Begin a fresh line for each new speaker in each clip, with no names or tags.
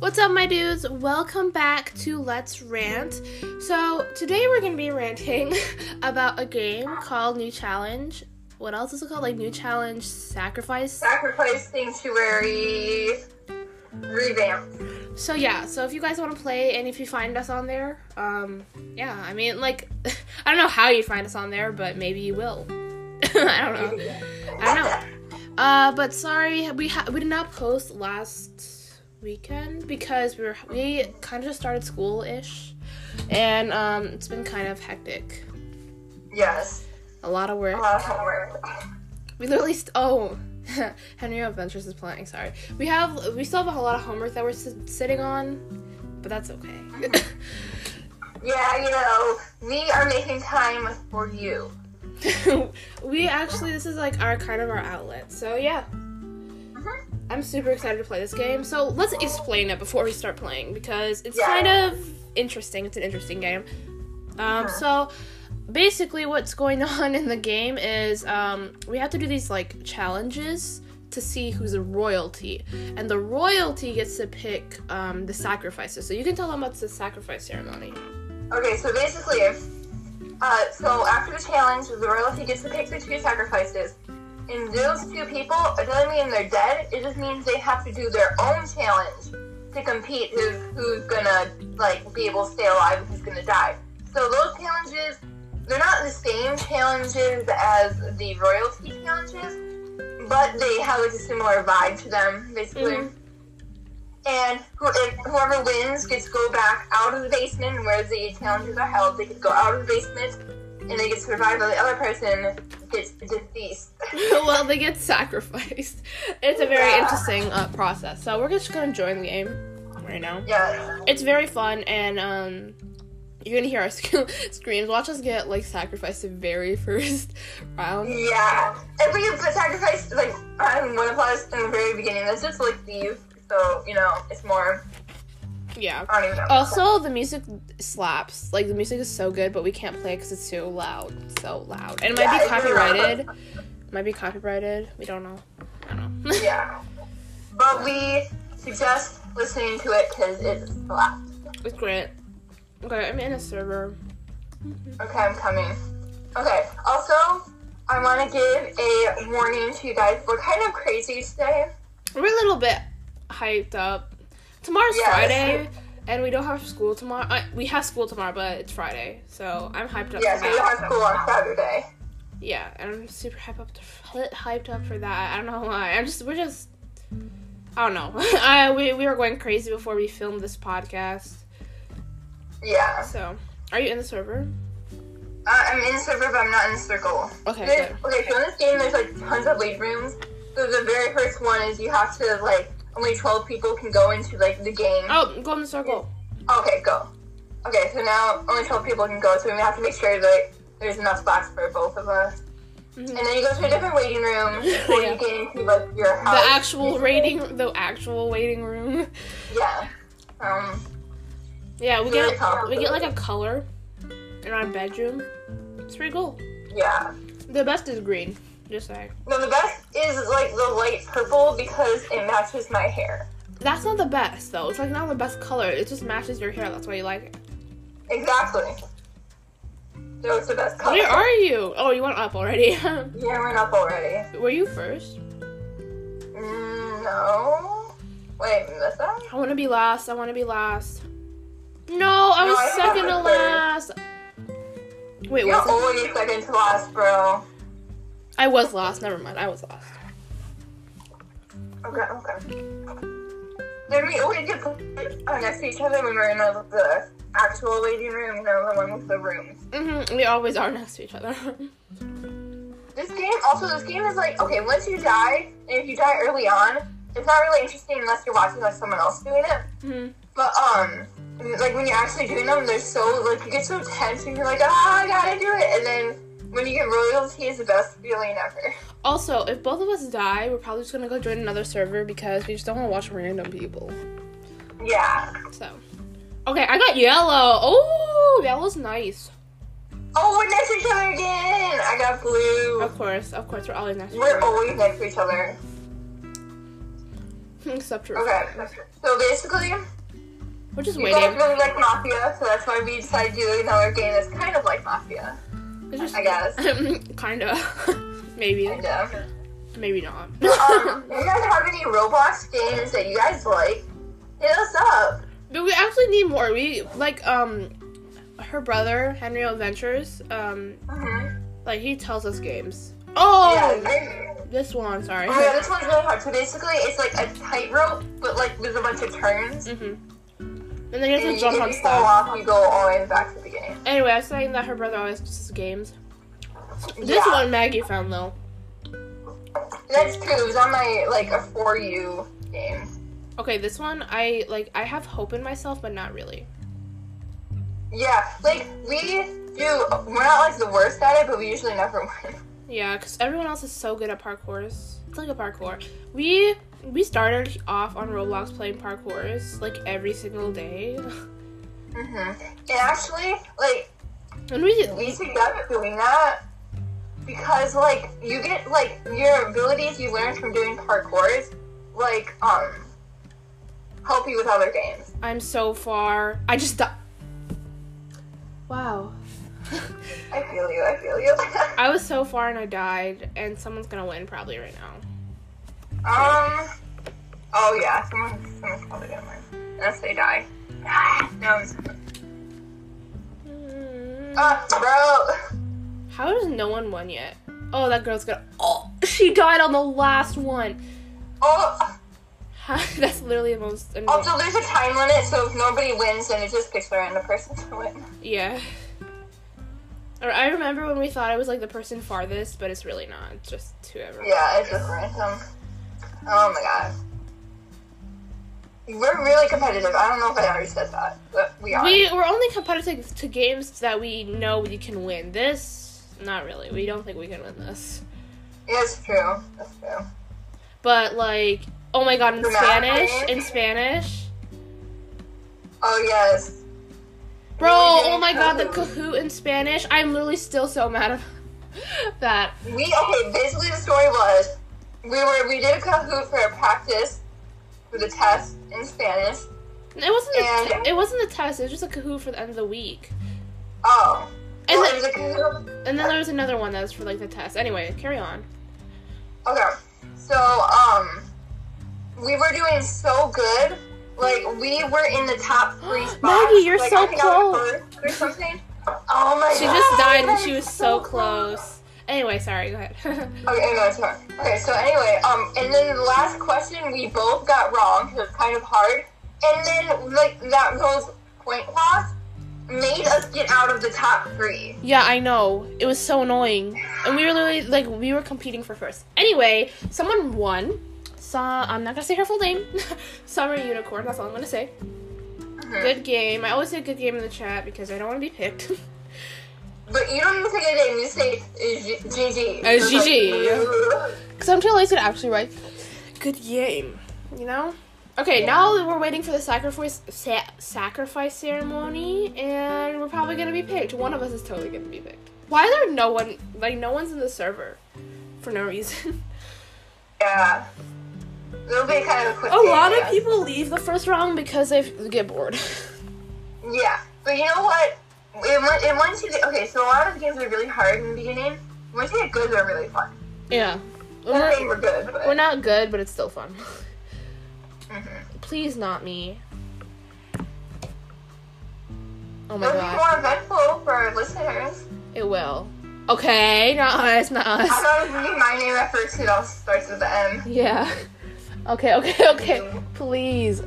What's up, my dudes? Welcome back to Let's Rant. So, today we're gonna be ranting about a game called New Challenge. What else is it called? Like New Challenge Sacrifice?
Sacrifice Sanctuary revamp.
So, yeah, so if you guys wanna play and if you find us on there, um, yeah, I mean, like, I don't know how you find us on there, but maybe you will. I don't know. I don't know. Uh, but sorry, we ha- we did not post last weekend because we were we kind of just started school ish, and um, it's been kind of hectic.
Yes.
A lot of work.
A lot of homework.
We literally st- oh, Henry Adventures is playing. Sorry, we have we still have a lot of homework that we're s- sitting on, but that's okay.
Yeah, you know, we are making time for you.
we actually this is like our kind of our outlet. So yeah. I'm super excited to play this game. So let's explain it before we start playing because it's
Yeah.
kind of interesting. It's an interesting game. Um, so basically, what's going on in the game is um, we have to do these like challenges to see who's a royalty, and the royalty gets to pick um, the sacrifices. So you can tell them about the sacrifice ceremony.
Okay, so basically, if uh, so after the challenge, the royalty gets to pick the two sacrifices. And those two people, it doesn't mean they're dead. It just means they have to do their own challenge to compete who's who's gonna like be able to stay alive and who's gonna die. So those challenges, they're not the same challenges as the royalty challenges, but they have like a similar vibe to them, basically and who- if whoever wins gets to go back out of the basement where the challenges are held. They could go out of the basement, and they get survived by the other person gets deceased.
well, they get sacrificed. It's a very
Yeah.
interesting uh, process. So we're just gonna join the game right now.
Yes.
it's very fun and um you're gonna hear our sc- screams watch us get like sacrificed the very first round
Yeah. And we could sacrifice like um, one of us in the very beginning. That's just like these. So you know, it's more.
yeah
I don't even know.
also the music slaps like the music is so good but we can't play because it's too loud so loud and it might
Yeah,
be
it's really
copyrighted
loud.
might be copyrighted we don't know i don't know
Yeah. But we suggest listening to it because it's black.
it's great okay i'm in a server
Okay, I'm coming. Okay, also, I want to give a warning to you guys. We're kind of crazy today.
we're a little bit hyped up tomorrow's
Yes.
friday and we don't have school tomorrow uh, we have school tomorrow but it's friday so i'm hyped up
Yes,
for
we
that.
have school on Saturday.
Yeah, and I'm super hyped up, hyped up for that. I don't know why. I'm just, we're just, I don't know. I we we were going crazy before we filmed this podcast.
Yeah.
So, are you in the server?
I I'm in the server, but I'm not in the circle.
Okay,
There's-
good.
okay, so in this game, there's like tons of lead rooms. So the very first one is you have to, like, only 12 people can go into, like, the game.
Oh, go in the circle.
Okay, go. Okay, so now only 12 people can go, so we have to make sure that there's enough spots for both of us.
Mhm.
And then you go to a different waiting room before
Yeah.
you get into, like, your
The
house.
actual rating, the actual waiting room.
Yeah. Um,
Yeah, we get we get like a color in our bedroom. It's pretty cool.
yeah.
The best is green. Just saying.
No, the best is like the light purple because it matches my hair.
That's not the best though. It's like not the best color. It just matches your hair. That's why you like it.
Exactly. So it's the best color.
Where are you? Oh, you went up already.
Yeah, we're up already.
Were you first?
Mm, no. Wait, that's that?
I want to be last. I want to be last. No, I
No,
was
I think
second
I'm
to
third.
last. Wait,
You're
was I?
always second to last, bro.
I was last. Never mind. I was last.
Okay, okay. Then we always get put uh, next to each other when we're in the, the actual waiting room, no, the one with the rooms.
hmm We always are next to each other.
This game, also, this game is like, okay, once you die, and if you die early on, it's not really interesting unless you're watching like someone else doing it.
Mhm.
But um, like when you're actually doing them, they're so like you get so tense and you're like, ah, I gotta do it. And then when you get royalty, is the best feeling ever.
also, if both of us die, we're probably just gonna go join another server because we just don't want to watch random people.
Yeah.
So, okay, I got yellow. Oh, yellow's nice.
Oh, we're next to each other again. I got blue.
Of course, of course, we're always next to each
We're
other.
always next to each other.
Except for
Okay. So basically,
We're just
You guys
waiting.
really like Mafia, so that's why we decided to do another game that's kind of like Mafia.
It's just
I guess.
kinda. maybe.
And, um,
Maybe not.
um, if you guys have any Roblox games that you guys like, hit us up.
But we actually need more. We like um her brother, Henry Adventures, um
Mm-hmm.
like he tells us games.
Yeah,
Oh
they-
this one, sorry.
Oh my god, this one's really hard. So basically, it's like a tightrope, but like with a bunch of turns.
hmm And then you have
And
to jump
if
on
you fall
stuff.
off, you go all the way back to the beginning.
Anyway, I was saying that her brother always teaches games. This
yeah,
one Maggie found though.
That's true. It was on my like a for you games.
Okay, this one I like I have hope in myself, but not really.
Yeah, like we do. We're not like the worst at it, but we usually never win.
Yeah, because everyone else is so good at parkours. It's like a parkour. We we started off on Roblox playing parkours like every single day,
hmm And actually, like
and we
we picked up at doing that because like you get like your abilities you learn from doing parkours, like um help you with other games.
I'm so far. I just di- Wow.
I feel you. I feel you.
I was so far and I died, and someone's gonna win probably right now.
Um. Oh yeah, someone, someone's probably gonna win unless they die. no. I'm just-
Mm.
Uh, bro.
How does no one win yet? Oh, that girl's gonna. Oh, she died on the last one.
Oh,
That's literally the most. Annoying.
also there's a time limit, so if nobody wins, then it just picks the random person to win.
Yeah. Or I remember when we thought it was like the person farthest, but it's really not. It's just whoever.
Yeah, it's just random. Oh my god. We're really competitive. I don't know if I already said that, but we are.
We we're only competitive to games that we know we can win. This, not really. We don't think we can win this.
it's true. That's true.
But like, oh my god, in
Dramatic.
Spanish, in Spanish,
Oh yes.
bro.
We did
Oh my god, the
Kahoot.
Kahoot in Spanish. I'm literally still so mad about that.
We okay. Basically, the story was we were we did a Kahoot for a practice for the test in Spanish.
It wasn't. A
And-
it wasn't a test. It was just a Kahoot for the end of the week.
Oh,
And,
well,
then-
it was a Kahoot.
and then there was another one that was for like the test. Anyway, carry on.
Okay, so um, we were doing so good. Like we were in the top three spots.
Maggie, you're
like,
so
I think I was
close.
first Or something. Oh my
She
god!
just died and
I'm
she was so close. Anyway, sorry, go ahead.
Okay, no, it's fine. Okay, so anyway, um, and then the last question we both got wrong because it's kind of hard, and then like that goes point loss made us get out of the top three.
yeah, I know. It was so annoying. And we were literally like we were competing for first. Anyway, someone won. So I'm not gonna say her full name. Summer Unicorn, that's all I'm gonna say. Good game. I always say good game in the chat because I don't wanna be picked.
But you don't even say good name; you say G- GG.
Uh,
So it's like,
GG. Cause I'm too lazy to actually write good game. You know? Okay, now that we're waiting for the sacrifice sa- sacrifice ceremony, and we're probably gonna be picked. One of us is totally gonna be picked. Why is there no one like no one's in the server for no reason?
Yeah. It'll be kind of a quick.
A
game,
lot
I
of
guess.
people leave the first round because they f- get bored.
Yeah, but you know what? It, went- it once you get okay, so a lot of the games are really hard in the beginning. Once you get good, they're really fun.
yeah,
I
we're,
think we're good. But,
we're not good, but it's still fun.
Mhm.
Please, not me. Oh my
It'll
god.
be more eventful for our listeners.
It will. Okay, not us, not
I
us.
thought it was gonna be my name at first. It also starts with M.
Yeah. Okay, okay, okay. Please.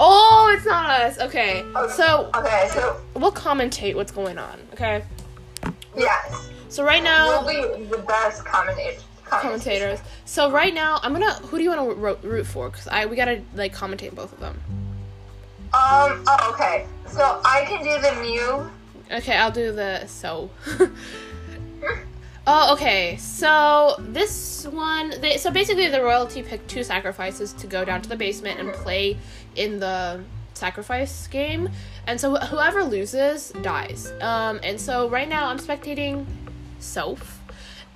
Oh, it's not us. Okay. So
Okay, so
we'll commentate what's going on. Okay.
yes,
So right
we'll
now,
be the best commentator.
commentators. So right now, I'm gonna. Who do you want to ro- root for? Cause I we gotta like commentate both of them.
Um. Oh, okay. So I can do the Mew.
Okay, I'll do the so. oh, okay. So this one, they, so basically, the royalty picked two sacrifices to go down to the basement and play in the sacrifice game, and so wh- whoever loses dies. Um, and so right now, I'm spectating Soph.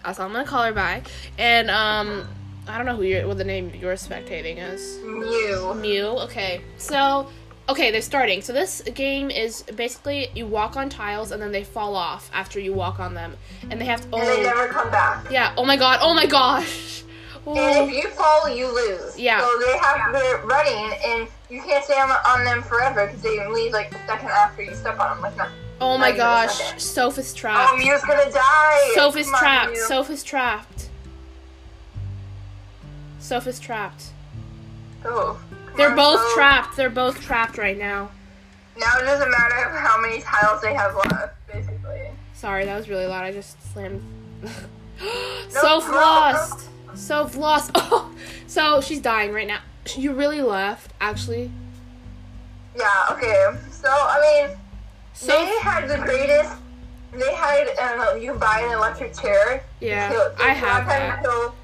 That's all I'm gonna call her by, and um. I don't know who you're, what the name you're spectating is.
Mew.
Mew. Okay. So, okay, they're starting. So this game is basically you walk on tiles and then they fall off after you walk on them, and they have to.
And they
Oh,
never come back.
yeah. Oh my god. Oh my gosh.
And if
Oh,
you fall, you lose.
Yeah.
So they have they're running, and you can't stay on, on them forever because they leave like the second after you step on them. Like, not,
oh my
Not even a
gosh.
second.
Sophis
oh,
trapped.
Mew's gonna die.
Sophis
Come on,
trapped.
Mew.
Sophis trapped. Sophis trapped.
Go. Oh, Come
They're
on,
both
go.
trapped. They're both trapped right now.
Now it doesn't matter how many tiles they have left, basically.
Sorry, that was really loud. I just slammed.
no,
so
no.
lost. So lost. Oh, so she's dying right now. You really left, actually.
Yeah. Okay. So I mean.
So
they had the greatest. They had uh, you buy an electric chair.
yeah,
Kill-
I
it's not
have
gonna
that.
kill-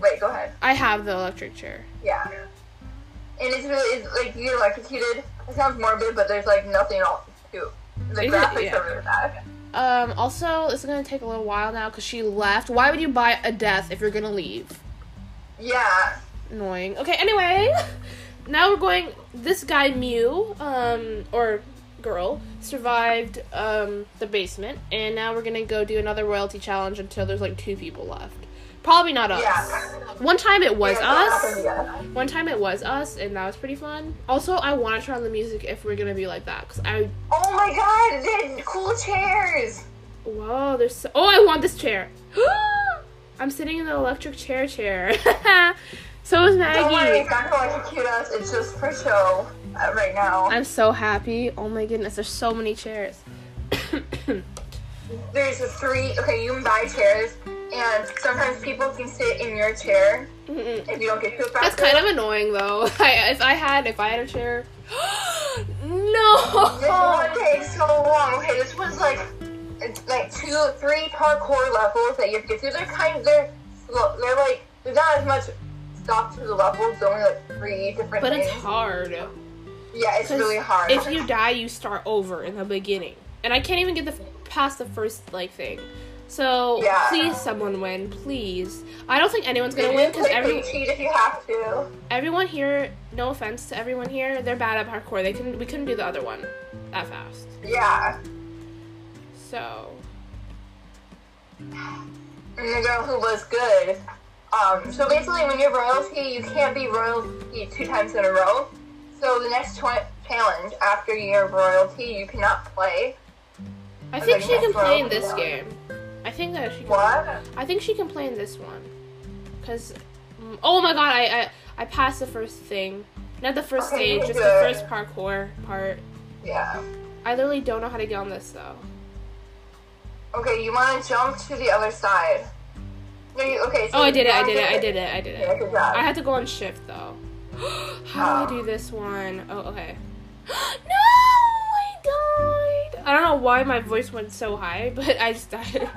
wait, go ahead.
I have the electric chair.
Yeah. And it's really it's like you get electrocuted. It sounds morbid, but there's like nothing else to do. The
Is it?
graphics
Yeah.
are really bad.
Um. Also, it's gonna take a little while now because she left. Why would you buy a death if you're gonna leave?
Yeah.
Annoying. Okay. Anyway, now we're going. This guy Mew, um, or girl, survived um the basement, and now we're gonna go do another royalty challenge until there's like two people left. Probably not us.
Yeah.
One time it was
Yeah, that
us.
happened, yeah.
One time it was us, and that was pretty fun. Also, I want to turn on the music if we're gonna be like that, cause I
Oh my god, they had cool chairs.
whoa, there's so, oh, I want this chair. I'm sitting in the electric chair chair. so is
Don't worry,
Maggie.
it's not gonna electrocute us. It's just for show uh, right now.
I'm so happy. Oh my goodness, there's so many chairs.
There's a three. Okay, you can buy chairs, and sometimes people can sit in your chair
Mm-mm.
if you don't get to it
That's
fast
kind of annoying though. I, if I had if I had a chair,
This one
no.
takes so long. Okay, this was like it's like two, three parkour levels that you have to get through. They're kind of they're slow. They're like there's not as much stop to the levels. There's only like three different
But
things.
it's hard.
yeah, it's
'Cause
really hard.
If you die, you start over in the beginning, and I can't even get the f- past the first like thing. So
Yeah.
please, someone win, please. I don't think anyone's
You
gonna win
can
because every,
cheat if you have to.
everyone here. No offense to everyone here, they're bad at parkour. They couldn't we couldn't do the other one that fast.
Yeah,
So
and the girl who was good. Um, so basically, when you're royalty, you can't be royalty two times in a row. So the next twen- challenge after you're royalty, you cannot play.
I
I
think
like
she
that
can play in
one.
this game. I think that she. Can
What?
I think she can play in this one. Cause, mm, oh my god, I I, I passed the first thing, not the first
Okay,
stage, just the
good.
first parkour part.
Yeah.
I literally don't know how to get on this though.
Okay, you want to jump to the other side. No, you, okay. So
Oh, I did it! I did it! I did it! I did
Yeah,
it!
good job.
I had to go on shift though. How do I do this one? Oh, okay. no, I died. I don't know why my voice went so high, but I just died.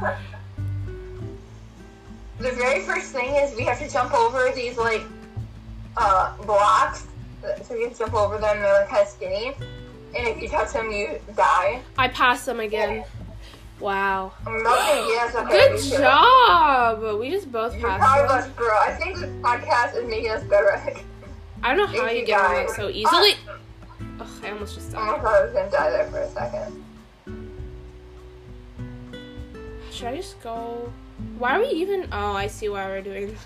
the very first thing is we have to jump over these like uh, blocks. So we have to jump over them. They're like kind of skinny, and if you touch them, you die.
I passed them again. Wow.
I'm not gonna guess. Okay,
Good
we should-
job. We just both
You're proud of
passed. them.
us, bro. I think this podcast is making us better.
I don't know how
Thank
you
you,
get away
guys. Ah.
so easily. Ugh, I almost just
I
died.
almost thought I was gonna die there for a second.
Should I just go? Why are we even? Oh, I see why we're doing this.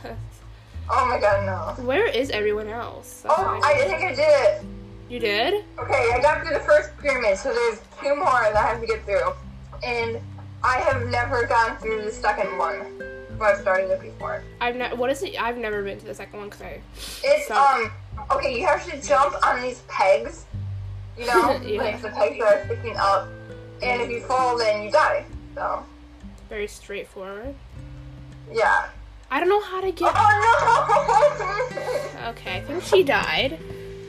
Oh my god, no.
Where is everyone else? That's
Oh,
what I-
I think I did it.
you did?
Okay, I got through the first pyramid, so there's two more that I have to get through. And I have never gone through the second one where I started it before.
I've ne- What is it? I've never been to the second one because I.
It's
So-
um okay, you have to jump on these pegs. You know?
Yeah.
Like the pegs that are sticking up. And if you fall then you die. So
Very straightforward.
yeah.
I don't know how to get.
Oh no
Okay, I think she died.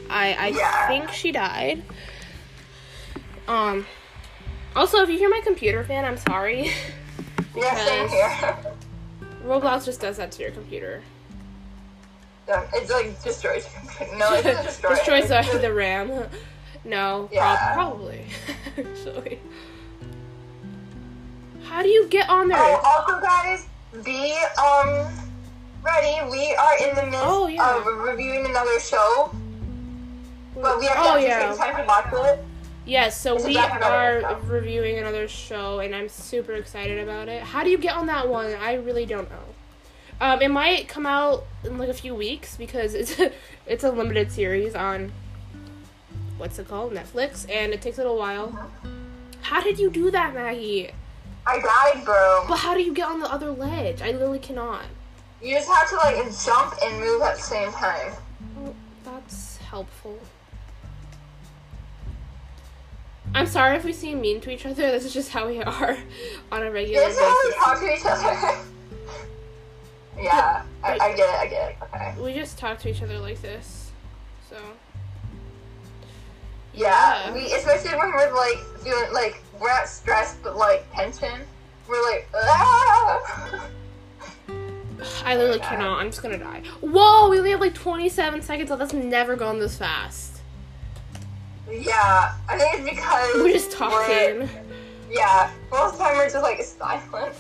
I I
Yeah.
think she died. Um. Also, if you hear my computer fan, I'm sorry.
Yeah, same here.
Roblox just does that to your computer.
Yeah, it's like destroys. No, it doesn't destroy.
destroys
It's
the, the RAM. No,
Yeah.
prob- probably. Actually, how do you get on there?
Oh, also guys, be um, Freddie, we are in the midst
Oh, yeah.
of reviewing another show, but we have to
Oh,
actually
yeah.
take time to watch it.
Yes, so
It's a
we
documentary,
are
so.
reviewing another show, and I'm super excited about it. How do you get on that one? I really don't know. Um, it might come out in like a few weeks because it's a, it's a limited series on what's it called Netflix, and it takes a little while.
Uh-huh.
How did you do that, Maggie?
I died, bro.
But how do you get on the other ledge? I literally cannot.
You just have to like jump and move at the same time.
Well, Oh, that's helpful. I'm sorry if we seem mean to each other. This is just how we are on a regular
This is how we
basis.
talk to each other. yeah, I, I get it. I get it. Okay.
We just talk to each other like this. So,
Yeah,
Yeah.
we especially when we're like doing like we're not stressed but like tension. We're like ah!
I literally cannot. I'm just gonna die. Whoa, we only have like 27 seconds left. That's never gone this fast.
Yeah, I think it's because
We're just
we're-
talking.
yeah, most of the time we're just like silent.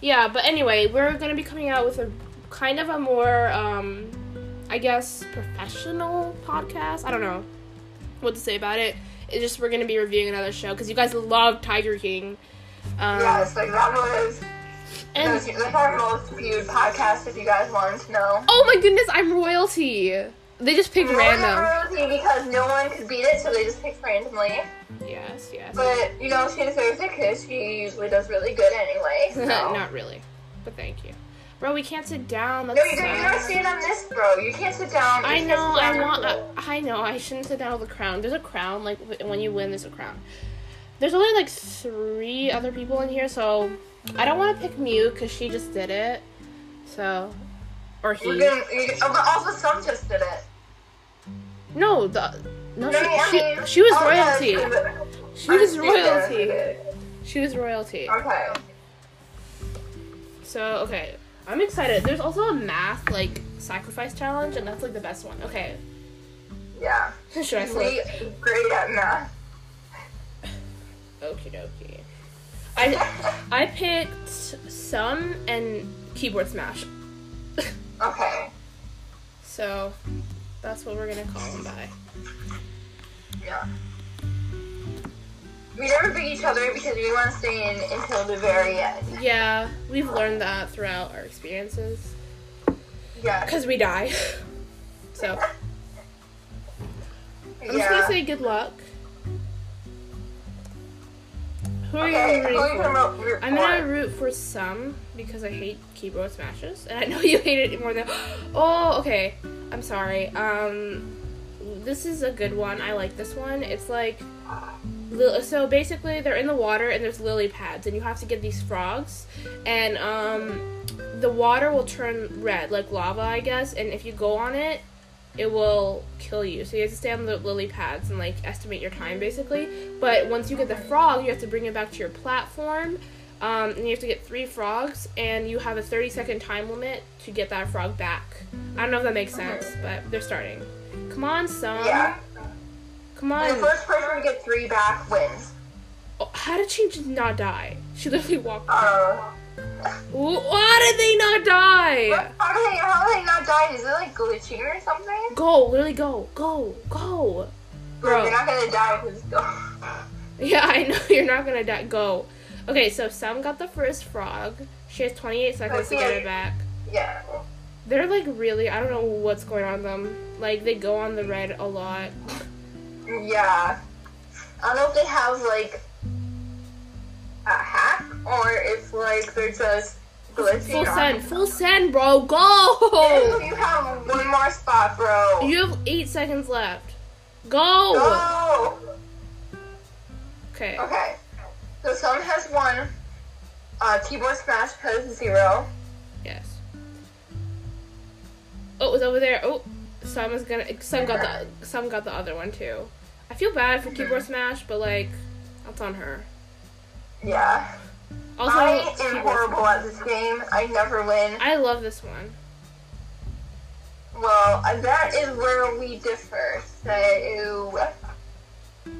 Yeah, but anyway, we're gonna be coming out with a kind of a more, um, I guess, professional podcast. I don't know what to say about it. It's just we're gonna be reviewing another show because you guys love Tiger King. Um,
Yes, like that was
And
that's our most viewed podcast. If you guys wanted to know,
oh my goodness, I'm royalty. They just picked random.
Rosie, because no one could beat it, so they just picked randomly.
Yes, yes.
But you know, she deserves it because she usually does really good anyway. So.
Not really, but thank you, bro. We can't sit down. That's
No, you don't, you
sad.
don't stand on this, bro. You can't sit down.
I
You can't
know,
sit
I
down.
want. I, I know, I shouldn't sit down with a crown. There's a crown, like w- when you win, there's a crown. There's only like three other people in here, so I don't want to pick Mew because she just did it. So, or
We're
he?
gonna, you, oh, but also some just did it.
No, the no,
No, I
she,
mean-
she, she was
oh, yeah,
royalty.
but-
She was
I'm serious.
royalty. She was royalty.
Okay.
So okay, I'm excited. There's also a math like sacrifice challenge, and that's like the best one. Okay,
Yeah.
should I flip?
We great at math.
Okie dokie. I I picked some and keyboard smash.
Okay.
So that's what we're gonna call them by.
Yeah. We never beat each other because we want to stay in until the very end.
Yeah, we've learned that throughout our experiences.
Yeah.
Cause we die. so I'm just
Yeah.
gonna say good luck. Who are
Okay,
you
who are you
rooting
gonna
for?
ro- root
I'm
for?
gonna root for some because I hate keyboard smashes, and I know you hate it more than. Oh, okay. I'm sorry. Um, this is a good one. I like this one. It's like, li- so basically they're in the water and there's lily pads, and you have to get these frogs, and um, the water will turn red like lava, I guess, and if you go on it, it will kill you. So you have to stay on the lily pads and like estimate your time basically. But once you get the frog, you have to bring it back to your platform. Um, and you have to get three frogs, and you have a 30 second time limit to get that frog back. I don't know if that makes sense, but they're starting. Come on, son.
Yeah.
Come
The
on.
first person to get three back wins.
Oh, How did she just not die? She literally walked.
Uh,
Why did they not die?
how do they how do they not die? Is it like glitching or something?
Go, literally go, go, go. Bro.
You're not gonna die because
Yeah, I know you're not gonna die. Go. Okay, so Sam got the first frog. She has 28 seconds to get it back.
yeah.
They're like really, I don't know what's going on with them. Like they go on the red a lot.
Yeah. I don't know if they have like a hack or if like they're just glitching.
Full
on
send,
it.
full send, bro. Go.
You have one more spot, bro.
You have eight seconds left. Go.
Go.
Okay.
Okay. So someone has one. Uh, keyboard smash has zero.
Yes. Oh, it's over there. Oh, Sam is gonna. Sam got the. Sam got the other one too. I feel bad for keyboard smash, but like, that's on her.
Yeah.
Also,
I am
Keyboard
horrible at this game. I never win.
I love this one.
Well, uh, that is where we differ. So,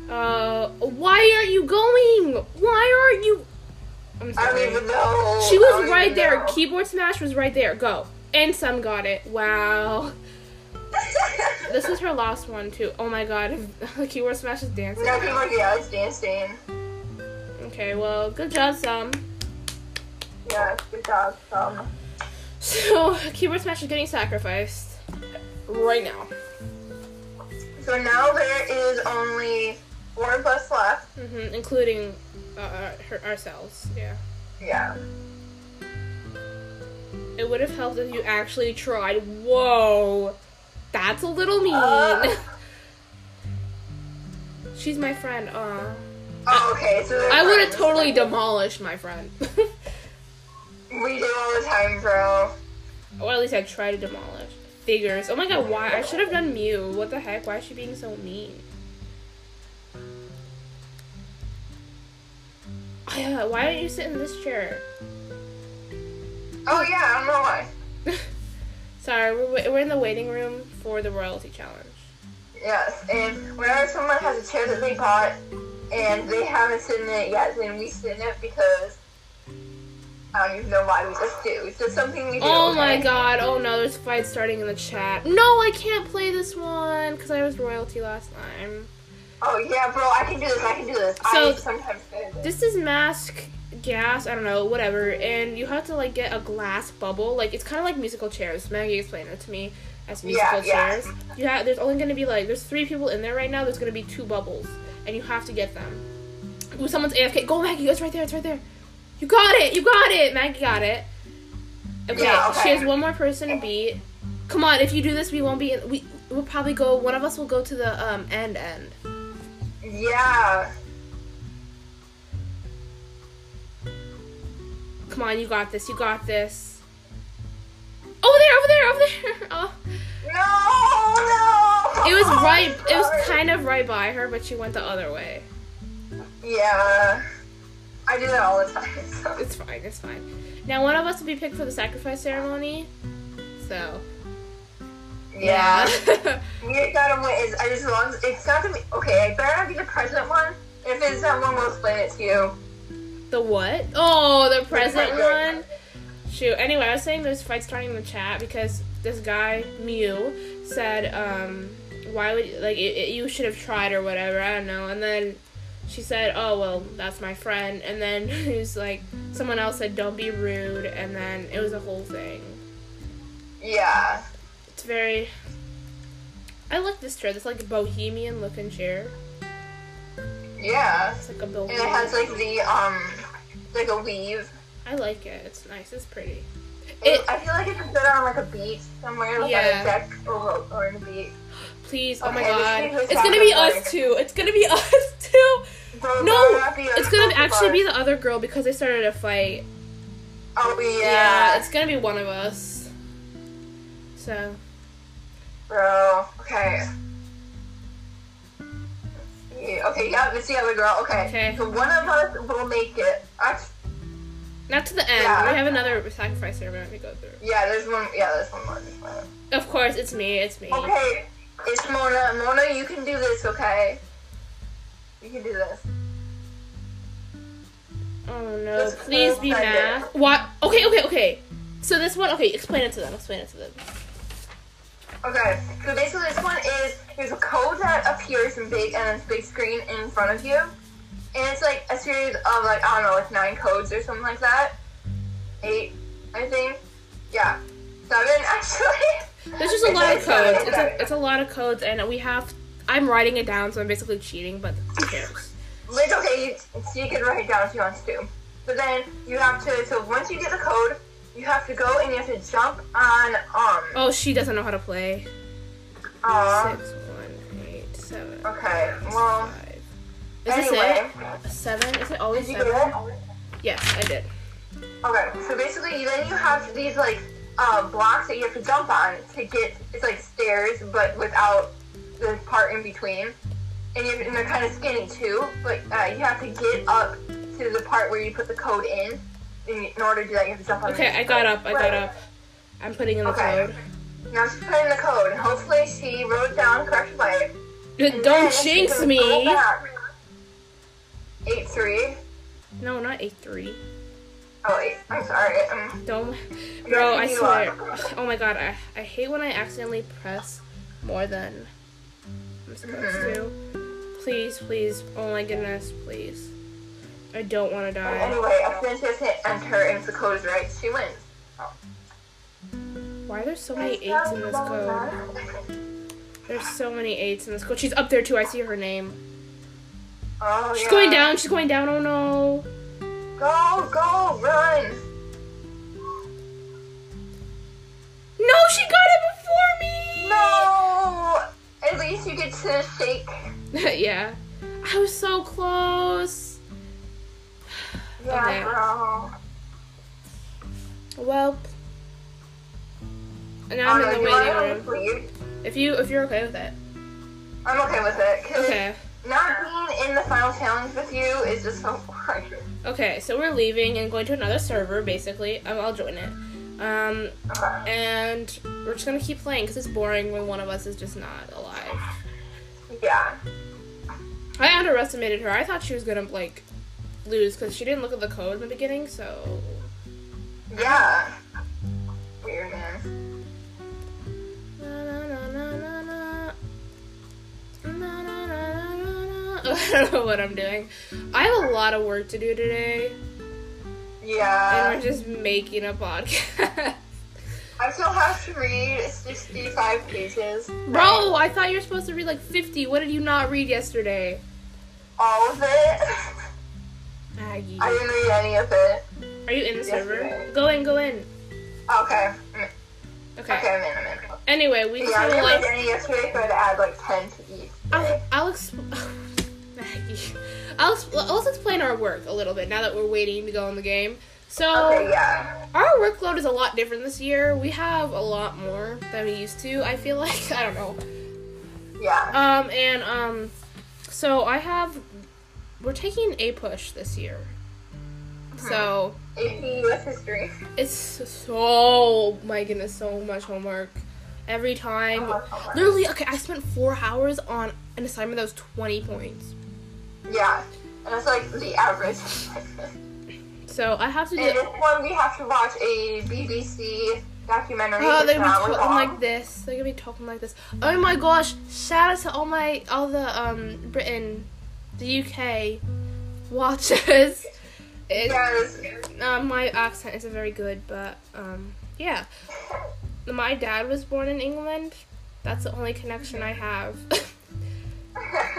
Uh, why aren't you going? Why aren't you? I'm
I don't
sorry.
even know.
She
I
was
don't
right
even
there.
know.
Keyboard smash was right there. Go. And some got it. Wow. This is her last one too. Oh my god, the keyword smash is dancing.
no, people are yeah, it's dancing.
Okay, well, good job, some.
Yeah, good job. Um,
So, keyword smash is getting sacrificed right now.
so now there is only four of us left.
hmm including uh, our, her, ourselves. Yeah.
Yeah.
It would have helped if you actually tried. Whoa, that's a little mean.
Uh.
She's my friend. Uh,
Oh, okay. So they're
I would have
friends.
totally demolished my friend,
We do all the time, bro.
or at least I try to demolish. Figures. Oh my god, why? I should have done Mew. What the heck? Why is she being so mean? Yeah, why don't you sit in this chair?
Oh yeah, I don't know why.
Sorry, we're, wa- we're in the waiting room for the royalty challenge.
Yes, and whenever someone has a chair that they bought and they haven't sit in it yet, then we sit in it because I don't even know why we just do. It's just something we do.
Oh
okay?
my god, oh no, there's fights starting in the chat. No, I can't play this one because I was royalty last time.
Oh yeah, bro, I can do this. I can do this.
So-
I sometimes do this.
This is mask, gas, I don't know, whatever, and you have to like get a glass bubble. Like it's kind of like musical chairs. Maggie explained it to me as
Yeah,
musical
yeah.
chairs. You have there's only gonna be like there's three people in there right now. There's gonna be two bubbles, and you have to get them. Ooh, someone's AFK. Go, Maggie. It's right there. It's right there. You got it. You got it. Maggie got it. Okay,
Yeah, okay.
she has one more person to beat. Come on, if you do this, we won't be. In, we we'll probably go. One of us will go to the um end end.
Yeah.
Come on, you got this. You got this. Over there, over there, over there. Oh,
No, no.
it was right. It was kind of right by her, but she went the other way.
Yeah. I do that all the time. So.
It's fine. It's fine. Now one of us will be picked for the sacrifice ceremony. So
Yeah. You gotta win. Is I just long. It's not gonna be okay. I better not be the present one. If it's that one, we'll explain it to you.
the what? Oh, the present
present one.
one. Shoot. Anyway, I was saying there's fights starting in the chat because this guy Mew said, um, "Why would like it, it, you should have tried or whatever?" I don't know. And then she said, "Oh well, that's my friend." And then it was like someone else said, "Don't be rude." And then it was a whole thing.
Yeah.
It's very. I like this chair. This like bohemian looking chair.
Yeah.
It's like a
And
bohemian.
it has like the um, like a weave.
I like it. It's nice. It's pretty.
It,
It-
I feel like it's good on like a beach somewhere, like
Yeah.
on a deck or, or on a beach.
Please, oh my
Okay,
god.
this is
It's gonna be
sacrifice.
us two. It's gonna be us two.
So
No,
better not be on
It's
a
gonna
coffee
actually
bar.
be the other girl because they started a fight.
Oh yeah,
it's gonna be one of us. So,
bro. Okay. Yeah, okay. Yeah, it's the other girl. Okay.
Okay.
So one of us will make it. Actually,
not to the end.
Yeah.
We have another sacrifice ceremony to go through.
yeah. There's one. Yeah, there's one more. There's one more.
Of course, it's me. It's me.
Okay, it's Mona. Mona, you can do this, okay? You can do this.
Oh no!
This is
Please be
perfect.
math. What? Okay, okay, okay. So this one, okay, explain it to them. Explain it to them.
Okay, so basically this one is there's a code that appears in big and it's big screen in front of you. And it's like a series of like I don't know, like nine codes or something like that. Eight, I think. Yeah. Seven actually.
There's just a lot of
It's like
codes. It's
seven.
a, it's a lot of codes, and we have. I'm writing it down, so I'm basically cheating, but who cares?
Like, okay, you, so you can write it down if you want to. But then you have to so once you get the code, you have to go and you have to jump on um
Oh, she doesn't know how to play.
uh,
Six, one, eight, seven.
Okay, Uh, well,
Five. Is
anyway,
this it? Seven? Is it always
did you get
seven?
it?
Yes, I did.
Okay, so basically, then you have these like uh, blocks that you have to jump on to get. It's like stairs, but without the part in between, and, you, and they're kind of skinny too. But uh, you have to get up to the part where you put the code in. In, in order to do that, you have to jump on.
Okay,
the
I got up. I got up. I'm putting in the
Okay. Now she's putting the code. and Hopefully, she wrote it down correctly.
code.
And
Don't
then she's
jinx
gonna
me.
go back. Eight three.
No, not eight three.
Oh wait, I'm sorry. Um,
Don't, bro. I
you
swear.
are.
Oh my god, I, I hate when I accidentally press more than I'm supposed to.
Mm-hmm.
Please, please. Oh my goodness, please. I don't want to die.
anyway, as soon as she has hit enter and the code is right, she wins.
Why are there so many eights in this code? There's so many eights in this code. She's up there too. I see her name.
Oh,
She's
yeah.
going down. She's going down. Oh no.
Go, go, run.
No, she got it before me.
No! At least you get to shake.
yeah. I was so close.
Yeah,
Okay.
bro.
Well. Now I'm
Oh, no,
in the
you wanna know
waiting
what's
room.
weird?
If you if you're okay with it.
I'm okay with it. 'cause
Okay.
Not being in the final challenge with you is just so hard.
Okay, so we're leaving and going to another server basically. Um, I'll join it. Um,
Okay.
and we're just gonna keep playing because it's boring when one of us is just not alive.
Yeah.
I underestimated her. I thought she was gonna like lose because she didn't look at the code in the beginning. So
Yeah. Weird, man.
Na, na, na, na, na, na. Na, na, na, na, na, na. I don't know what I'm doing. I have a lot of work to do today, and
Yeah.
we're just making a podcast.
I still have to read 65 pages.
Bro, I thought you were supposed to read like 50. What did you not read yesterday?
All of it.
Maggie.
I didn't read any of it.
Are you in the server?
Yesterday.
Go in, go in.
Okay. Mm,
Okay.
Okay, I'm in, I'm in.
Anyway, we just
Yeah, I
have like
didn't read
Oh.
any yesterday, so I had to add like 10 to each.
I'll, I'll exp- Maggie. I'll exp- let's explain our work a little bit now that we're waiting to go in the game. So
Okay, yeah.
our workload is a lot different this year. We have a lot more than we used to. I feel like I don't know.
Yeah.
Um and um, so I have we're taking a push this year. So.
AP US history.
It's so my goodness, so much homework. Every time,
So much homework.
literally. Okay, I spent four hours on an assignment that was twenty points.
Yeah. And it's like the average.
So I have to do.
In this one, we have to watch a BBC documentary.
Oh, they're
It's
gonna
not
be
with
talking
all-
like this. They're gonna be talking like this. Oh my gosh! Shout out to all my all the um Britain, the UK watchers. It,
Yes.
uh, my accent isn't very good, but um yeah. My dad was born in England. That's the only connection I have.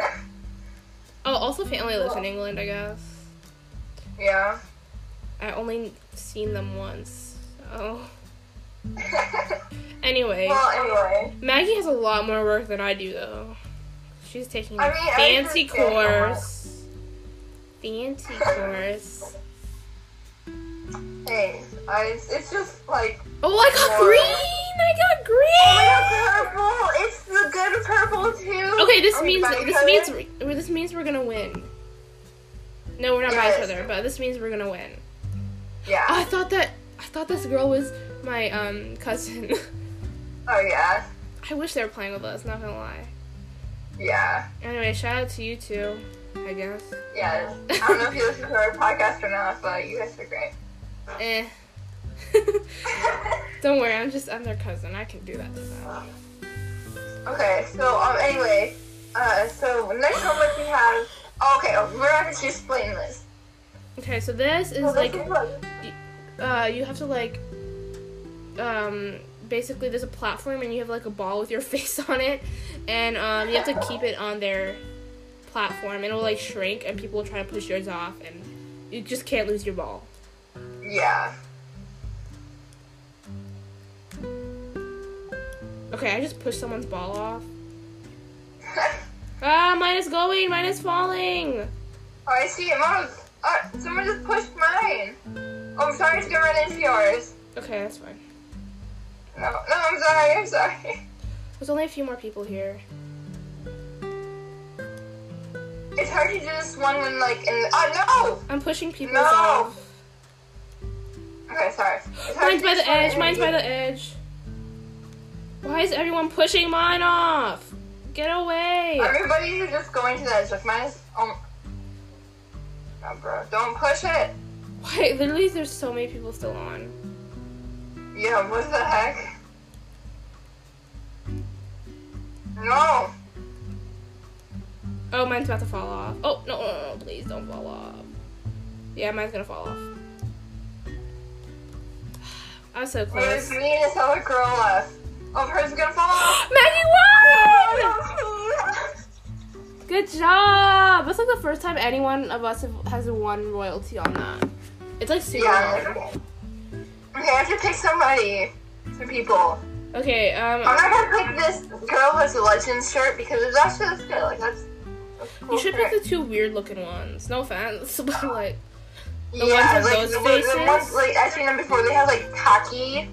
Oh, also family lives in England, I guess.
yeah.
I only seen them once. So anyway,
well, anyway.
Maggie has a lot more work than I do though. She's taking a
I mean, I
fancy
just did a lot.
course. Fancy course.
Hey, I, it's just like.
Oh, I got
More.
green! I got green!
Oh, purple! It's the good purple, too! Oh,
Okay, this
Are we
means
by each
this
other?
means we- this means we're gonna win. No, we're not by
Yes.
each other, but this means we're gonna win. Oh,
Yeah.
I thought that I thought this girl was my um cousin.
Oh, yeah.
I wish they were playing with us. Not gonna lie.
Yeah.
Anyway, shout out to you two, I guess.
Yes. I don't know if you listen to our podcast or not, but you guys are great.
Eh. Don't worry, I'm just I'm their cousin. I can do that to them.
okay, so, um, anyway. Uh, so, next homework we have. Oh, okay, oh, we're actually explaining this.
Okay, so this is
Well,
like
this is what-
uh you have to like um basically there's a platform and you have like a ball with your face on it and um you have to keep it on their platform. It'll like shrink and people will try to push yours off and you just can't lose your ball.
Yeah.
Okay, I just pushed someone's ball off. Ah, mine is going, mine is falling.
Oh, I see it. Mom, uh, someone just pushed mine. Oh, I'm sorry to run into yours.
Okay, that's fine.
No, no, I'm sorry. I'm sorry.
There's only a few more people here.
It's hard to do this one when, like, in. Oh,
I'm pushing people
No!
off.
no! Okay, sorry. It's hard
Mine's
to
by
do this
the
one
edge.
in-
Mine's by the edge. Why is everyone pushing mine off? Get away!
Everybody's just going to the edge. Like, mine is. Oh. No, bro. Don't push it.
Why? Literally, there's so many people still on.
Yeah, what the heck? No.
Oh, mine's about to fall off. Oh no, no, no, no, please don't fall off. Yeah, mine's gonna fall off. I was so
There's
close. Maggie
me and this other girl left. Oh, hers is gonna fall off.
won! Good job. That's like the first time anyone of us have, has won royalty on that. It's like super.
yeah.
long.
Okay, I have to pick somebody. Some people.
Okay.
I'm
Um.
not gonna pick this girl who has a Legends shirt because it's actually that's good. Like, that's. that's cool
You should
shirt.
pick the two weird looking ones. No offense, but like. The
yeah,
ones with
like,
those
the, ones- The
faces?
ones, like I've seen them before. They have like khaki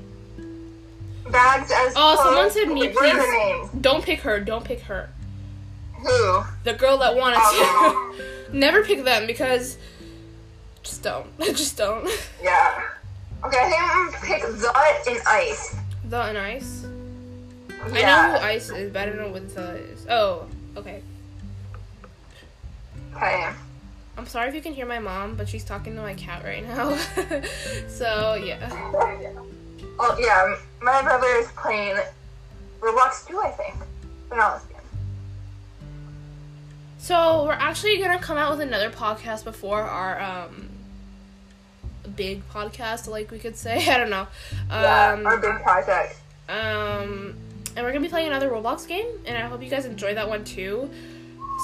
bags as.
Oh, someone
clothes.
said me,
What are
please.
their names?
Don't pick her. Don't pick her.
Who?
The girl that wanted
Oh.
to. Never pick them because. Just don't. Just don't.
Yeah. Okay, I think I'm gonna pick the and ice.
The and ice. I know who
Yeah.
ice is, but I don't know what the is. Oh, okay.
Okay.
I'm sorry if you can hear my mom, but she's talking to my cat right now. so yeah.
Oh yeah, my brother is playing Roblox 2, I think. But not this game.
So we're actually gonna come out with another podcast before our um big podcast, like we could say. I don't know.
Yeah,
Um,
our big project.
Um, and we're gonna be playing another Roblox game, and I hope you guys enjoy that one too.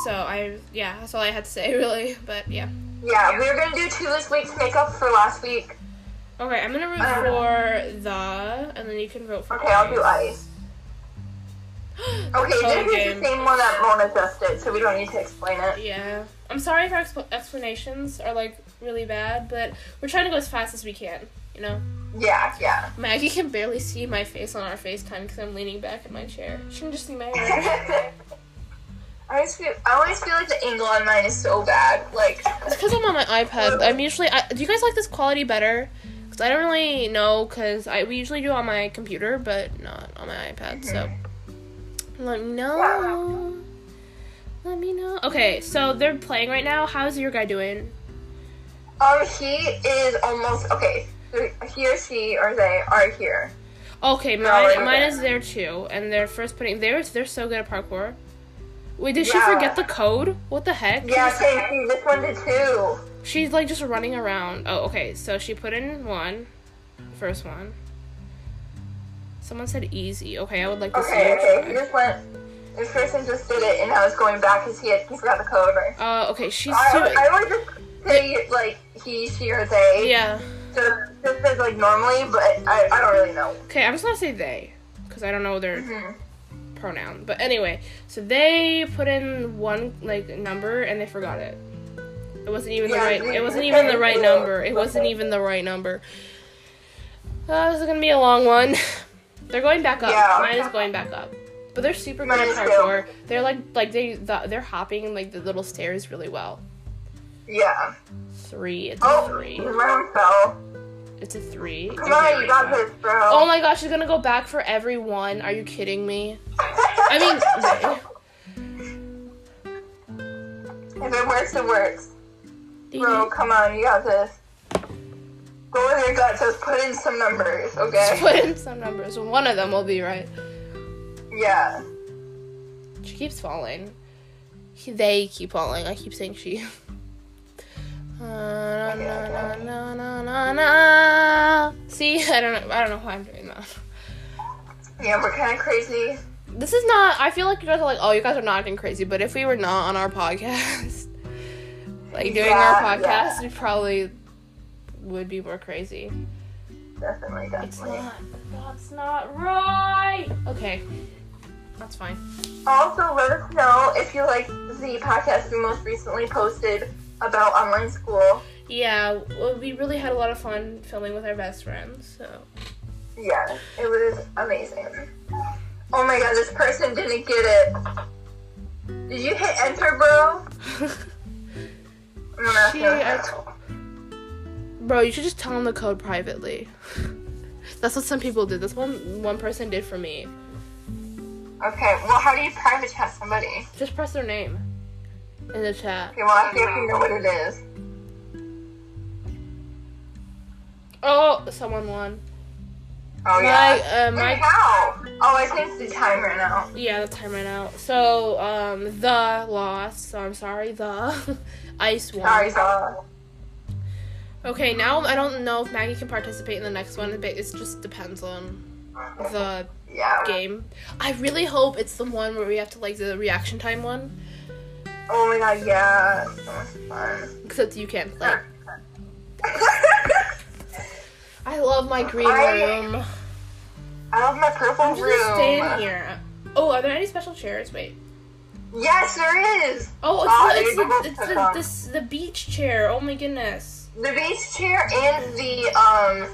So I, yeah, that's all I had to say really. But yeah,
Yeah, we were gonna do two this week to make up for last week.
okay, I'm gonna root
Um,
for the, and then you can vote for.
Okay, I'll do
mine.
ice. Okay,
Phone
this is
game.
the same one that Mona just did, so we don't need to explain it.
Yeah, I'm sorry if our expl- explanations are like really bad, but we're trying to go as fast as we can. You know,
Yeah, yeah.
Maggie can barely see my face on our FaceTime because I'm leaning back in my chair. She can just see my hair.
I always feel I always feel like the angle on mine is so bad. Like
It's because I'm on my iPad. I'm usually. I, do you guys like this quality better? Because I don't really know. Because I we usually do on my computer, but not on my iPad. So
Mm-hmm.
let me know. Let me know. Okay, so they're playing right now. How's your guy doing?
um he is almost okay. He or she or they are here.
Okay,
right
mine
over
mine
there.
is there too, and they're first putting. They're they're so good at parkour. Wait, did she
Yeah.
forget the code? What the heck?
Yeah, same. See, this one did too.
She's like just running around. Oh, okay. So she put in one, first one. Someone said easy. Okay, I would like to see
Okay,
her
okay. He
try.
just went. This person just did it, and now it's going back because he had, he forgot the code. Right?
Uh, okay, she's
I,
doing.
I always just say like he, she, or they.
Yeah.
Just, just as like normally, but I, I don't really know.
Okay, I'm just gonna say they, because I don't know their
Mhm.
pronoun. But anyway, so they put in one like number and they forgot it. It wasn't even
Yeah,
the right.
we-
It wasn't
we
even
kinda
the right
do that.
number. It wasn't even the right number. Uh, this is gonna be a long one. they're going back up.
Yeah.
Mine is going back up. But they're super good
Mine
at
is too.
parkour. They're like like they the, they're hopping like the little stairs really well.
Yeah.
Three. It's
Oh,
a three.
round fell.
It's a three.
Come on, you got this, bro.
Oh my gosh, she's gonna go back for every one. Are you kidding me? I mean,
If it works, it works.
they-
Bro, come on, you got this. Go with your gut, just put in some numbers, okay?
put in some numbers. One of them will be right.
Yeah.
She keeps falling. He- They keep falling. I keep saying she. Na, na, na, na, na, na. See, I don't know. I don't know why I'm doing that.
Yeah, we're kind of crazy.
This is not. I feel like you guys are like, oh, you guys are not acting crazy. But if we were not on our podcast, like doing our
Yeah, yeah.
podcast, we probably would be more crazy.
Definitely,
It's
definitely.
not. That's not right. Okay, that's fine.
Also, let us know if you like the podcast we most recently posted about online school.
Yeah, well, we really had a lot of fun filming with our best friends. So
Yeah, it was amazing. Oh my god, this person didn't get it. Did you hit enter, bro? I'm gonna ask
She-
you.
I Bro, you should just tell them the code privately. That's what some people did. That's one one person did for me.
Okay, well, how do you private chat somebody?
Just press their name in the chat.
Okay, well, I think you know what it is.
Oh, someone won. My
Oh yeah.
uh,
Wait,
my
how? Oh, I changed the timer now.
yeah, the time ran out. So um, the lost. So I'm sorry. The ice won.
Sorry, Zara.
Okay, now I don't know if Maggie can participate in the next one, but it just depends on the
Yeah.
game. I really hope it's the one where we have to like the reaction time one,
Oh my god, yeah. So much fun.
except you can't play. I love my green
I-
room.
I love my purple
I'm just
room.
gonna stay in here. Oh, are there any special chairs? Wait.
Yes, there is.
Oh, it's,
Oh,
the, it's,
there you
the,
go.
it's the, this, the beach chair. Oh my goodness.
The beach chair and the um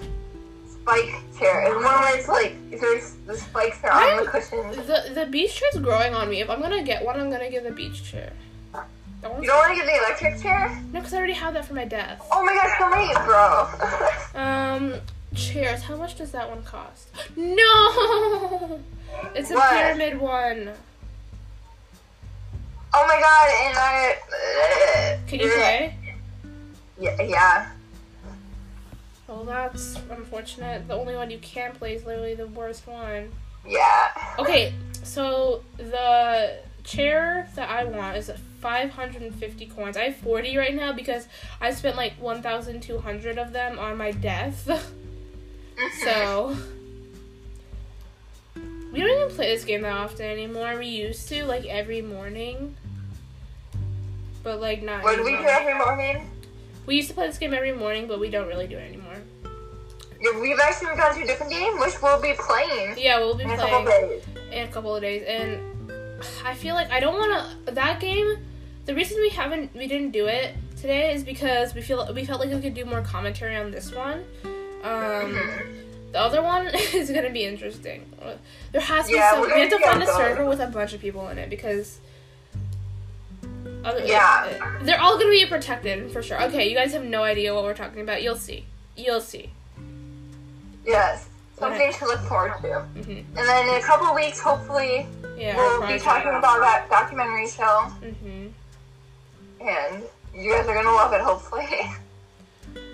spike chair. And one where it's like there's the spikes are on the
I'm-
cushions.
The the beach chair's growing on me. If I'm gonna get one, I'm gonna get the beach chair. That one's-
You don't want to get the electric chair?
No, because I already have that for my desk.
Oh my gosh, so many, bro.
Um, chairs. How much does that one cost? No, it's a
What?
pyramid one.
oh my god, and I.
Can you play?
Yeah, yeah.
Well, that's unfortunate. The only one you can play is literally the worst one.
Yeah.
Okay, so the chair that I want is 550 coins. I have 40 right now because I spent like 1,200 of them on my death. so. We don't even play this game that often anymore. We used to, like, every morning. But, like, not.
What do we do
anymore.
every morning?
we used to play this game every morning, but we don't really do it anymore.
Yeah, We've actually gone to a different game, which we'll be playing
Yeah, we'll be
in a
playing.
couple days.
in a couple of days and i feel like i don't want to that game the reason we haven't we didn't do it today is because we feel we felt like we could do more commentary on this one
Mm-hmm.
um the other one is gonna be interesting there has to
Yeah,
be
we're
some we have to
gonna
find a
get going.
server with a bunch of people in it because other,
Yeah.
they're all gonna be protected for sure okay you guys have no idea what we're talking about you'll see you'll see
Yes. Something
Okay.
to look forward to.
Mhm.
And then in a couple weeks, hopefully,
yeah
we'll be talking about that documentary show,
hmm
and you guys are gonna love it, hopefully.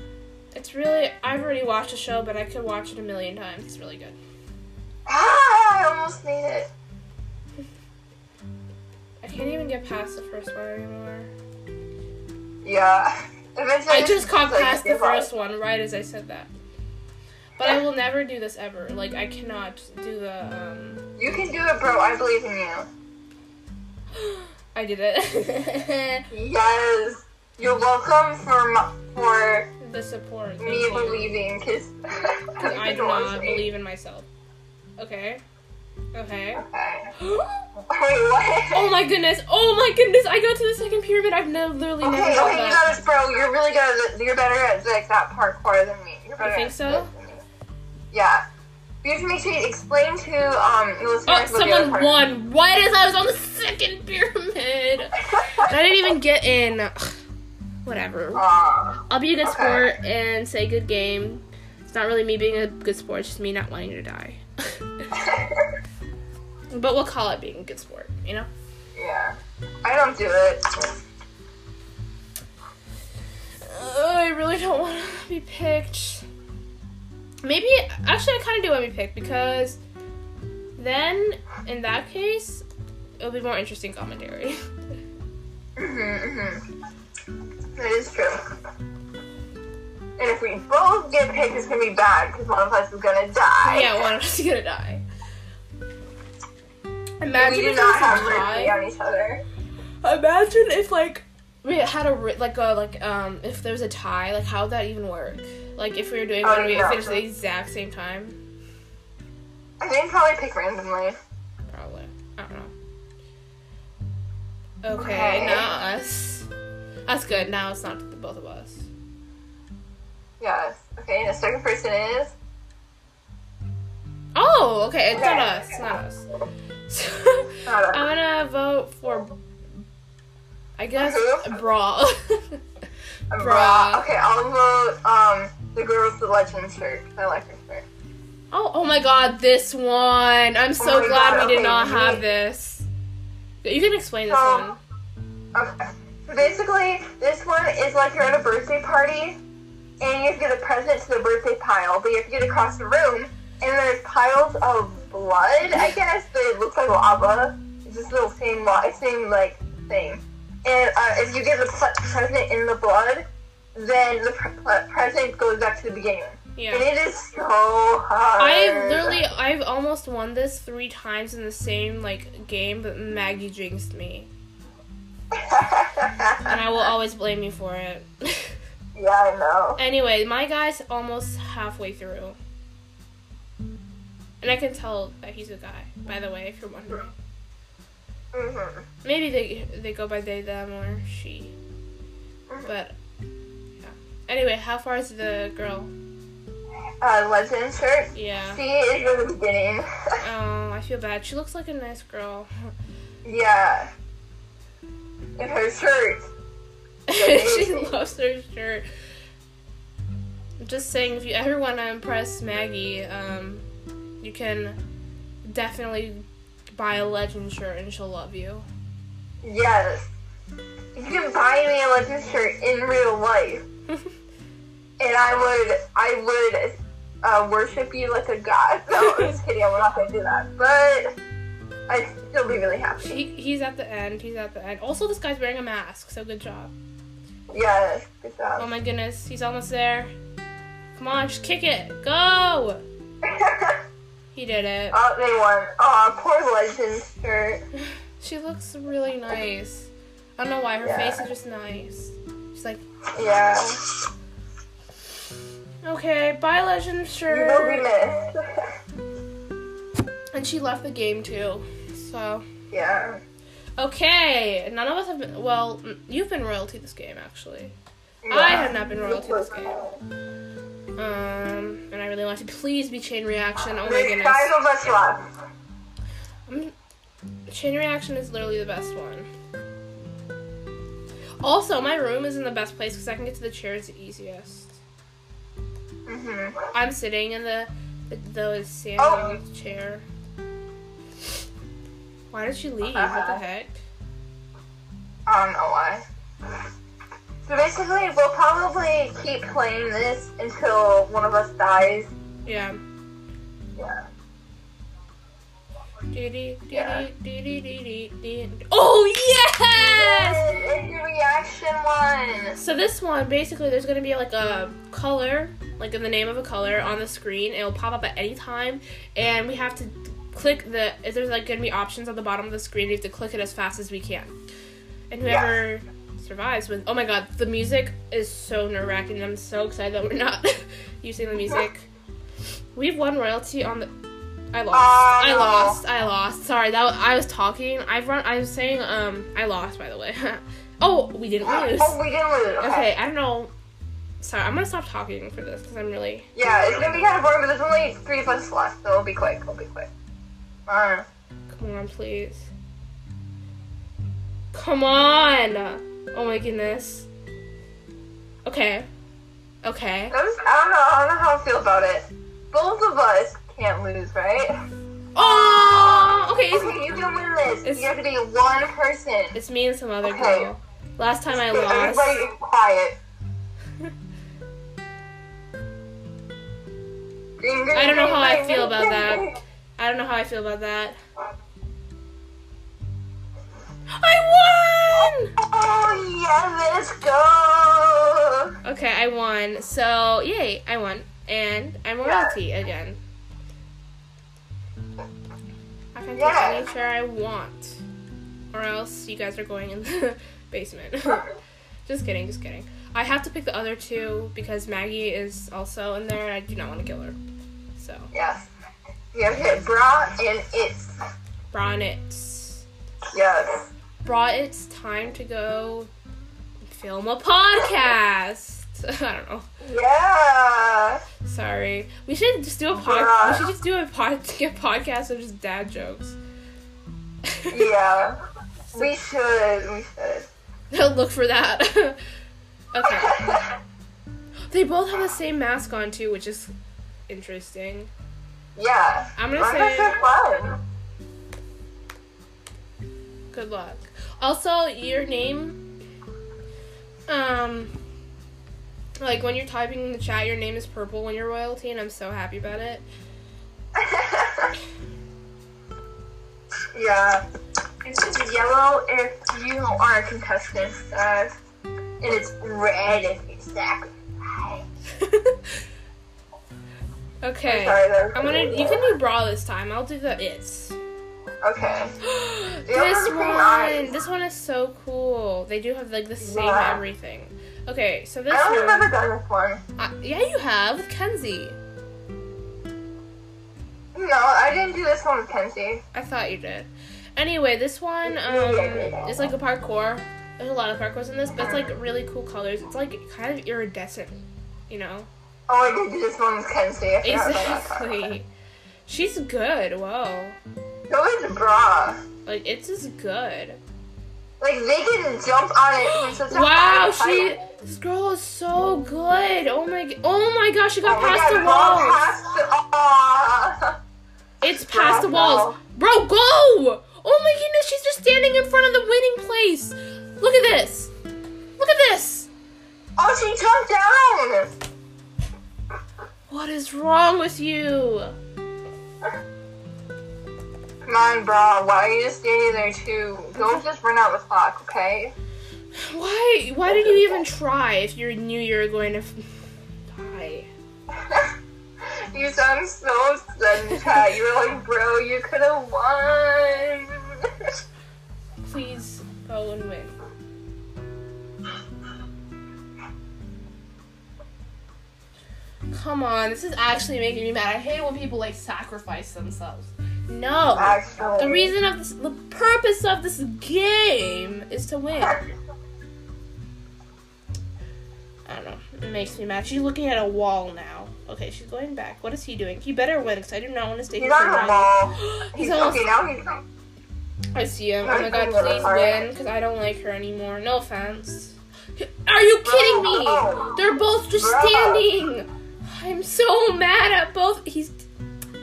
It's really I've already watched the show, but I could watch it a million times. It's really good.
ah, I almost made it.
I can't even get past the first one anymore.
Yeah. Eventually,
I just caught
like,
past the
give up.
first one right as I said that. But I will never do this ever. Like I cannot do the um
You can do it, bro. I believe in you.
I did it.
Yes. You're welcome for my, for
the support.
me believing, because
I do not believe in myself. Okay. Okay.
Okay.
oh
Wait, what?
my goodness. Oh my goodness. I got to the second pyramid. I've never literally
Okay,
never
okay,
done
you
that.
got this, bro. You're really good. At, you're better at like that parkour than me. You're better
think
at
so?
this than me. Yeah. You have to make sure you explain to um the listeners
Oh,
what the other
someone
part.
won right as I was on the second pyramid. And I didn't even get in. Ugh, Whatever.
Aw.
I'll be a good
okay.
sport and say good game. It's not really me being a good sport, it's just me not wanting to die. but we'll call it being a good sport, you know?
yeah. I don't do it.
Ugh, I really don't want to be picked. Maybe, actually, I kind of do want to be picked because then, in that case, it'll be more interesting commentary.
Mm-hmm, hmm That is true. And if we both get picked, it's gonna be bad because one of us is gonna die.
Yeah, one of us is gonna die.
we
Imagine
do
if
not have
we
mercy
die.
on each other.
Imagine if like we had a ri- like a like um if there was a tie, like how would that even work? Like if we were doing
Oh,
one, we
yeah.
finished at the exact same time,
I think probably pick randomly.
probably. I don't know. Okay,
Okay.
now us. That's good. Now it's not the both of us.
Yes. Okay. And the second person is.
Oh, okay. It's not
Okay.
us. It's not us. So,
Not us.
I'm gonna vote for. I guess
Who?
brawl.
Bruh.
Bruh.
um, Okay, I'll vote um the girl with the legend shirt. I like her shirt.
Oh, oh my god, this one. I'm so
Oh my
glad
God,
we did
okay,
not
you
have
need-
this. You can explain this
Um,
one.
Okay. So basically, this one is like you're at a birthday party, and you have to get a present to the birthday pile, but you have to get across the room, and there's piles of blood, I guess, but it looks like lava. It's just little same, lo- same, like, thing. And uh, if you get the pl- present in the blood, then the pre- pre- present goes back to the beginning. And
Yeah.
it is so hard.
I've literally, I've almost won this three times in the same like game, but Maggie jinxed me, and I will always blame you for it.
yeah, I know.
anyway, my guy's almost halfway through, and I can tell that he's a guy. By the way, if you're wondering,
Mm-hmm.
maybe they they go by they, them, or she. But yeah. Anyway, how far is the girl?
Uh, legend shirt.
Yeah.
She is in the beginning.
Oh, I feel bad. She looks like a nice girl.
yeah. And her shirt.
she loves her shirt. Just saying, if you ever want to impress Maggie, um, you can definitely buy a legend shirt and she'll love you.
Yes. You can buy me a legend shirt in real life. and I would, I would uh, worship you like a god. No, I'm just kidding. I'm not gonna do that. But I'd still be really happy.
He, he's at the end. He's at the end. Also, this guy's wearing a mask, so good job.
Yes. Good
Oh
job.
my goodness, he's almost there. Come on, just kick it. Go! He did it.
oh, they won. Oh, poor legend shirt.
She looks really nice. I don't know why her
Yeah.
face is just nice. She's like,
Yeah.
okay, bye, legend
You will be
shirt.
missed.
And she left the game too. So
yeah.
okay, none of us have been. Well, mm, you've been royalty this game actually. I have not been royalty this game. Um, and I really want to. Please be chain reaction. Oh my
There's
goodness,
five of us left.
Um, chain reaction is literally the best one. Also, my room is in the best place because I can get to the chairs the easiest.
Mm-hmm.
I'm sitting in the the, the sandy
Oh.
chair. Why did she leave? What the heck?
I don't know why. So basically, we'll probably keep playing this until one of us dies.
Yeah.
Yeah.
Dee-dee,
Yeah.
dee-dee, dee-dee, dee-dee, dee. Oh yes!
Yay, It's the reaction one.
So this one, basically, there's gonna be like a color, like in the name of a color on the screen. It'll pop up at any time, and we have to click the. If there's like gonna be options on the bottom of the screen, we have to click it as fast as we can. And whoever survives with, oh my god, the music is so nerve wracking. I'm so excited that we're not using the music. We've won royalty on the. I lost. I
Oh.
lost. I lost. Sorry, that was, I was talking. I've run. I was saying. Um, I lost. By the way. oh, we didn't lose.
Oh, we didn't lose. Okay.
Okay, I don't know. Sorry, I'm gonna stop talking for this because I'm really.
Yeah, it's gonna be kind of boring, but there's only three of us left, so it'll be quick. It'll be quick. Uh,
Come on, please. Come on! Oh my goodness. Okay. Okay.
that was, I don't know. I don't know how I feel about it. Both of us can't lose, right?
Oh! Okay, it's,
Okay, you can win this.
It's-
you have to be one person.
it's me and some other
Okay.
girl. Last time I lost.
Everybody is quiet.
I don't know how I feel about that. I don't know how I feel about that. I won!
Oh yeah, let's go.
Okay, I won. So yay, I won, and I'm royalty again. I can take
Yeah.
any chair I want, or else you guys are going in the basement. just kidding, just kidding. I have to pick the other two because Maggie is also in there, and I do not want to kill her. So
Yes. Yes, it bra and it's
Braun, it's
yes.
Bra, it's time to go film a podcast. I don't know.
Yeah.
Sorry. We should just do a pod. We should just do a pod a podcast of just dad jokes.
Yeah. We should. We should.
Look for that. okay. They both have the same mask on too, which is interesting.
yeah.
I'm gonna
Why is
say
that fun?
good luck. Also, your name. Um. Like when you're typing in the chat, your name is purple when you're royalty, and I'm so happy about it.
yeah. It's just yellow if you are a contestant, uh, and it's red if you sacrifice.
okay.
Sorry, that was
I'm gonna. You can do bra this time. I'll do the it's.
Okay.
this one. This one is so cool. They do have like the same
Yeah.
everything. Okay, so this
I don't think I've
one.
ever done this one.
I- yeah, you have with Kenzie.
No, I didn't do this one with Kenzie.
I thought you did. Anyway, this one um is like a parkour. There's a lot of parkours in this, but it's like really cool colors. It's like kind of iridescent, you know.
Oh, I did do this one with Kenzie. I forgot about that part.
Exactly. She's good. Whoa.
So is bra.
Like it's just good.
Like they can jump on it from such a high
Wow, she
height.
this girl is so good. Oh my g- oh my gosh, she got
Oh my
past
God,
the
go
walls.
past the- Aw.
It's past the
Bravo.
walls. Bro, go! Oh my goodness, she's just standing in front of the winning place. Look at this. Look at this.
Oh, she jumped down.
What is wrong with you?
Come on, bra. Why are you just standing there too? Don't just run out the clock, okay?
Why why did you even try if you knew you were going to f- die?
You sound so sudden, Chad. You were like, bro, you could have won.
Please go and win. Come on, this is actually making me mad. I hate when people like sacrifice themselves. No.
Actually.
The reason of this, the purpose of this game is to win. I don't know. It makes me mad. She's looking at a wall now. Okay, she's going back. What is he doing? He better win because I do not want to stay
He's
here for nine.
on the wall.
He's
He's
almost.
okay now. He's
I see him. Oh my god,
Alright.
please win because I don't like her anymore. No offense. Are you kidding me?
Bro. oh.
They're both just
Bro.
standing. I'm so mad at both. He's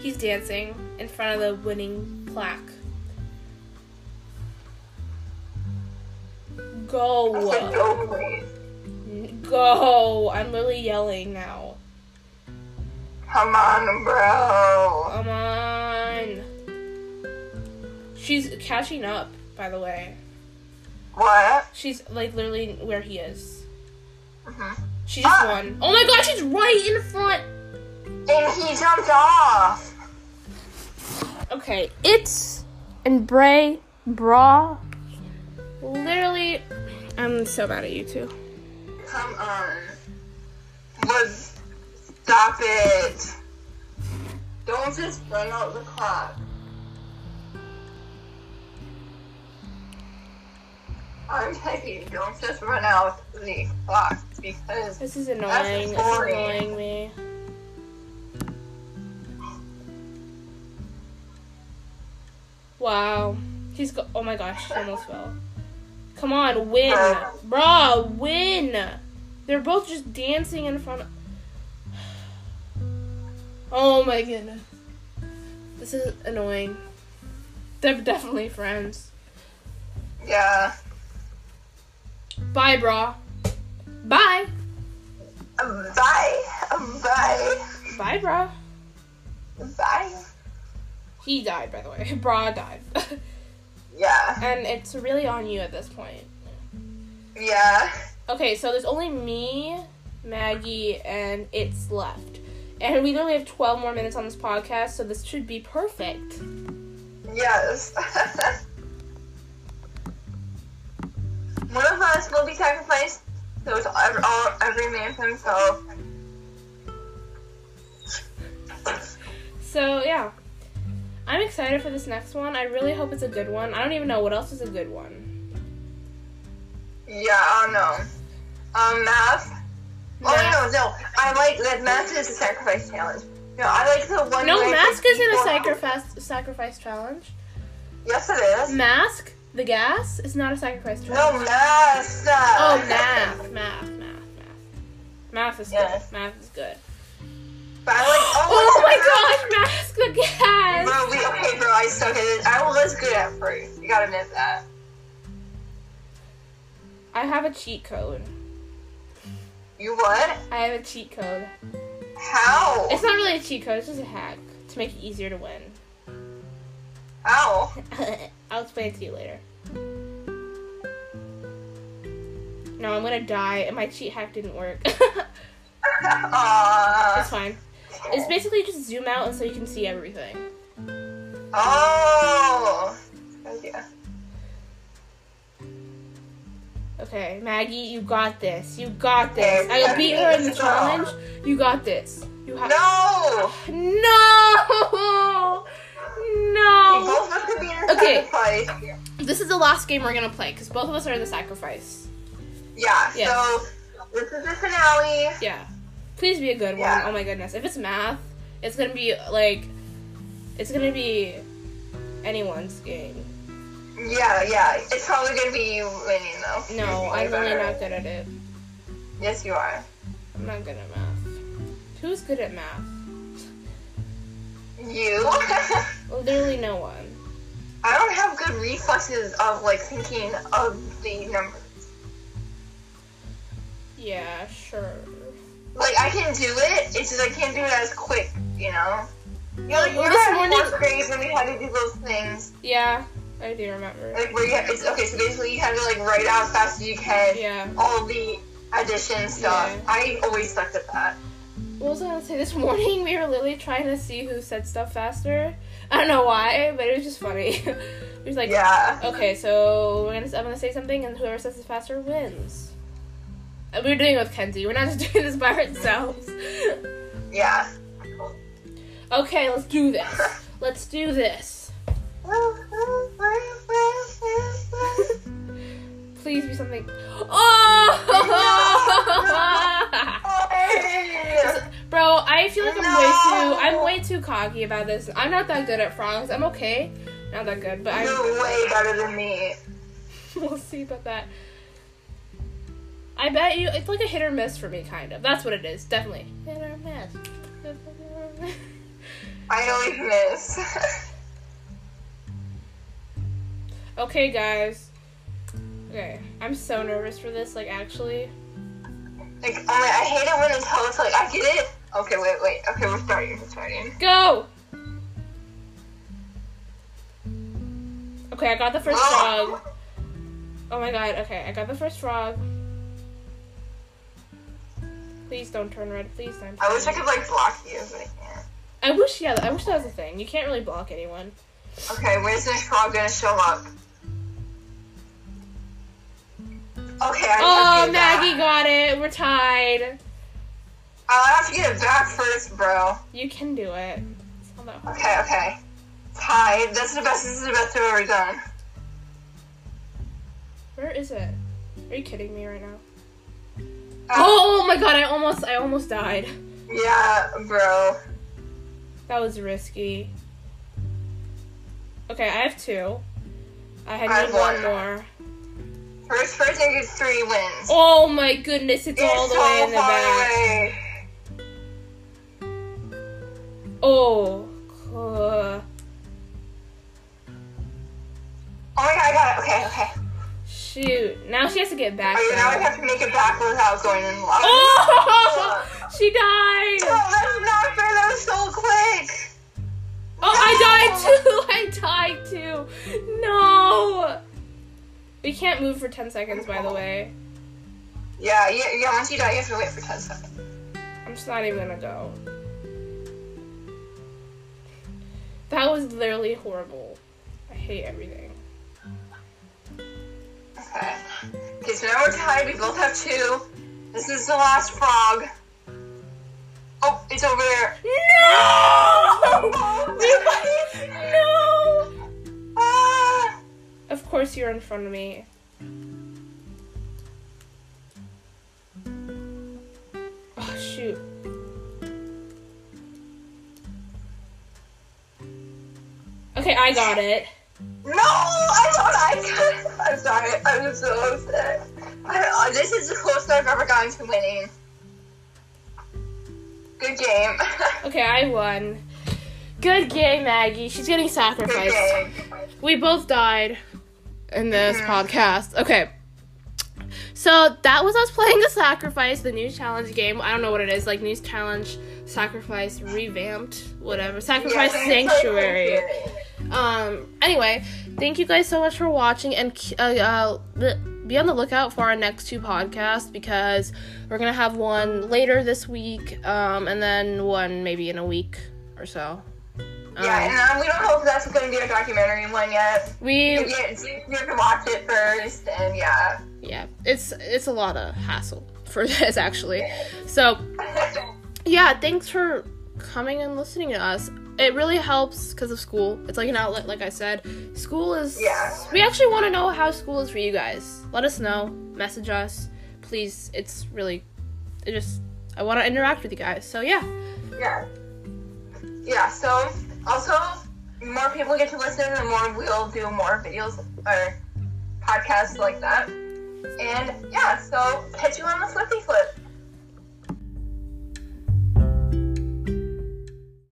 he's dancing in front of the winning plaque.
I said,
Go.
go away.
Go. I'm literally yelling now.
Come on, bro.
Come on. She's catching up, by the way.
What?
She's like literally where he is.
Mhm.
She just
Ah.
won. Oh my god, she's right in front.
And he jumped off.
Okay, it's and Bray Bra. Literally, I'm so mad at you two.
Come on. Was stop it. Don't just run out the clock. I'm begging, don't just run out the clock because
This is annoying. This is
boring.
annoying me. Wow, she's go. Oh my gosh, she almost fell. Come on, win, Bra, win. They're both just dancing in front. of... Oh my goodness, this is annoying. They're definitely friends.
yeah.
Bye, Bra. Bye.
Um, Bye. Um, Bye.
Bye, Bra.
Bye.
He died, by the way. Bra died.
Yeah.
and it's really on you at this point.
Yeah.
Okay, so there's only me, Maggie, and it's left. And we only have 12 more minutes on this podcast, so this should be perfect.
Yes. One of us will be sacrificed. So it's ev- all every man for himself.
So, yeah. I'm excited for this next one. I really hope it's a good one. I don't even know what else is a good one.
Yeah, I don't know. Um, math. Oh no, no. I like that. Math is a sacrifice challenge. No, I like the one.
No,
where
Mask
it's
isn't a
equal-
sacrifice, sacrifice challenge.
Yes, it is.
Mask, the gas, is not a sacrifice challenge.
No, math.
Oh, math, math, math, math. Math is
Yes.
good. Math is good.
But I like. Oh,
Oh
what's
my gosh, mask the
math?
gas!
Bro, we, okay, bro. I suck at it. I was good at first. You gotta admit that.
I have a cheat code.
You would?
I have a cheat code.
How?
It's not really a cheat code, it's just a hack to make it easier to win.
How?
I'll explain it to you later. No, I'm gonna die, and my cheat hack didn't work. it's
Aww.
fine. It's basically just zoom out and so you can see everything.
Oh. Yeah.
Okay, Maggie, you got this. You got this. I beat her in the challenge. You got this. You have
No.
no,
You
no.
both have to be in a
Okay.
sacrifice.
This is the last game we're gonna play because both of us are the sacrifice.
Yeah.
Yeah.
So this is the finale.
Yeah. Please be a good
Yeah.
one. Oh my goodness. If it's math, it's gonna be like, it's gonna be anyone's game.
Yeah, yeah. It's probably gonna be you winning though.
No,
Way
I'm really
better.
not good at it.
Yes, you are.
I'm not good at math. Who's good at math?
You.
Literally no one.
I don't have good reflexes of like thinking of the number.
Yeah, sure.
Like I can do it. It's just I can't do it as quick. You know. You know, like,
Well,
you
this
remember in
morning-
fourth grade when we had to do those things.
Yeah, I do remember.
Like where you have, it's okay. So basically, you have to like write out as fast as you can.
Yeah.
all the addition stuff.
Yeah.
I always sucked at that.
What was I gonna say? This morning we were literally trying to see who said stuff faster. I don't know why, but it was just funny. it was like,
Yeah.
okay, so we're gonna I'm gonna say something, and whoever says it faster wins. And we were doing it with Kenzie. We're not just doing this by ourselves.
Yeah.
okay, let's do this. Let's do this. Please be something. Oh! Bro, I feel like I'm
No.
way too I'm way too cocky about this. I'm not that good at frogs. I'm okay. Not that good, but I'm
You're way better than me.
we'll see about that. I bet you it's like a hit or miss for me kind of. That's what it is, definitely. Hit or miss.
I always miss.
okay guys. Okay. I'm so nervous for this, like actually.
like, oh my, I hate it when they tell us, like, I get it. Okay, wait, wait. Okay, we're starting. We're starting.
Go! Okay, I got the first frog.
Oh,
Oh my god, okay, I got the first frog. Please don't turn red, please don't.
I wish I could, like, block you, but I can't.
I wish, yeah, I wish that was a thing. You can't really block anyone.
Okay, where's this frog gonna show up? Okay, I
Oh,
took you back.
Maggie got it. We're tied.
I'll have to get it back first, bro.
You can do it. It's not that hard.
Okay, okay. Hi, that's the best. This is the best I've ever done.
Where is it? Are you kidding me right now?
Uh,
Oh my god, I almost I almost died.
Yeah, bro.
That was risky. Okay, I have two. I had
I have
need one
one.
more.
First person gets three wins.
Oh my goodness, it's all
it's
the
so
way in the
far
back.
away.
Oh. cool.
Oh my god, I got it. Okay, okay.
Shoot. Now she has to get back.
Oh, yeah, now I
though.
have to make it back without going in lava.
Oh! She died!
No, that's not fair. That was so quick.
Oh, I died too! I died too! No! We can't move for 10 seconds, by the way.
Yeah, yeah, yeah. Once you die, you have to wait for ten seconds.
I'm just not even gonna go. That was literally horrible. I hate everything.
Okay. Okay, so now we're tied. We both have two. This is the last frog. Oh, it's over there.
No! We- no!
Ah!
Of course you're in front of me. Oh shoot. Okay, I got it.
No, I don't. I, I'm sorry. I'm so upset. I, uh, this is the closest I've ever gotten to winning. Good game.
Okay, I won. Good game, Maggie. She's getting
Good
sacrificed.
game.
We both died in this podcast. Okay. So that was us playing the sacrifice, the new challenge game. I don't know what it is, like new challenge, sacrifice, revamped, whatever. Sacrifice sanctuary. Um. Anyway, thank you guys so much for watching, and uh, uh, bleh, be on the lookout for our next two podcasts because we're gonna have one later this week, um, and then one maybe in a week or so. Um,
Yeah, and um, we don't know if that's going to be a documentary one yet. You
we
get- you have to watch it first, and yeah.
yeah, it's it's a lot of hassle for this actually. So yeah, thanks for coming and listening to us. It really helps because of school. It's like an outlet, like I said. School is.
Yeah.
We actually want to know how school is for you guys. Let us know. Message us, please. It's really, it just. I want to interact with you guys. So yeah,
yeah. Yeah, so also, more people get to listen, the more we'll do more videos or podcasts like that. And yeah, so catch you on the flippy flip.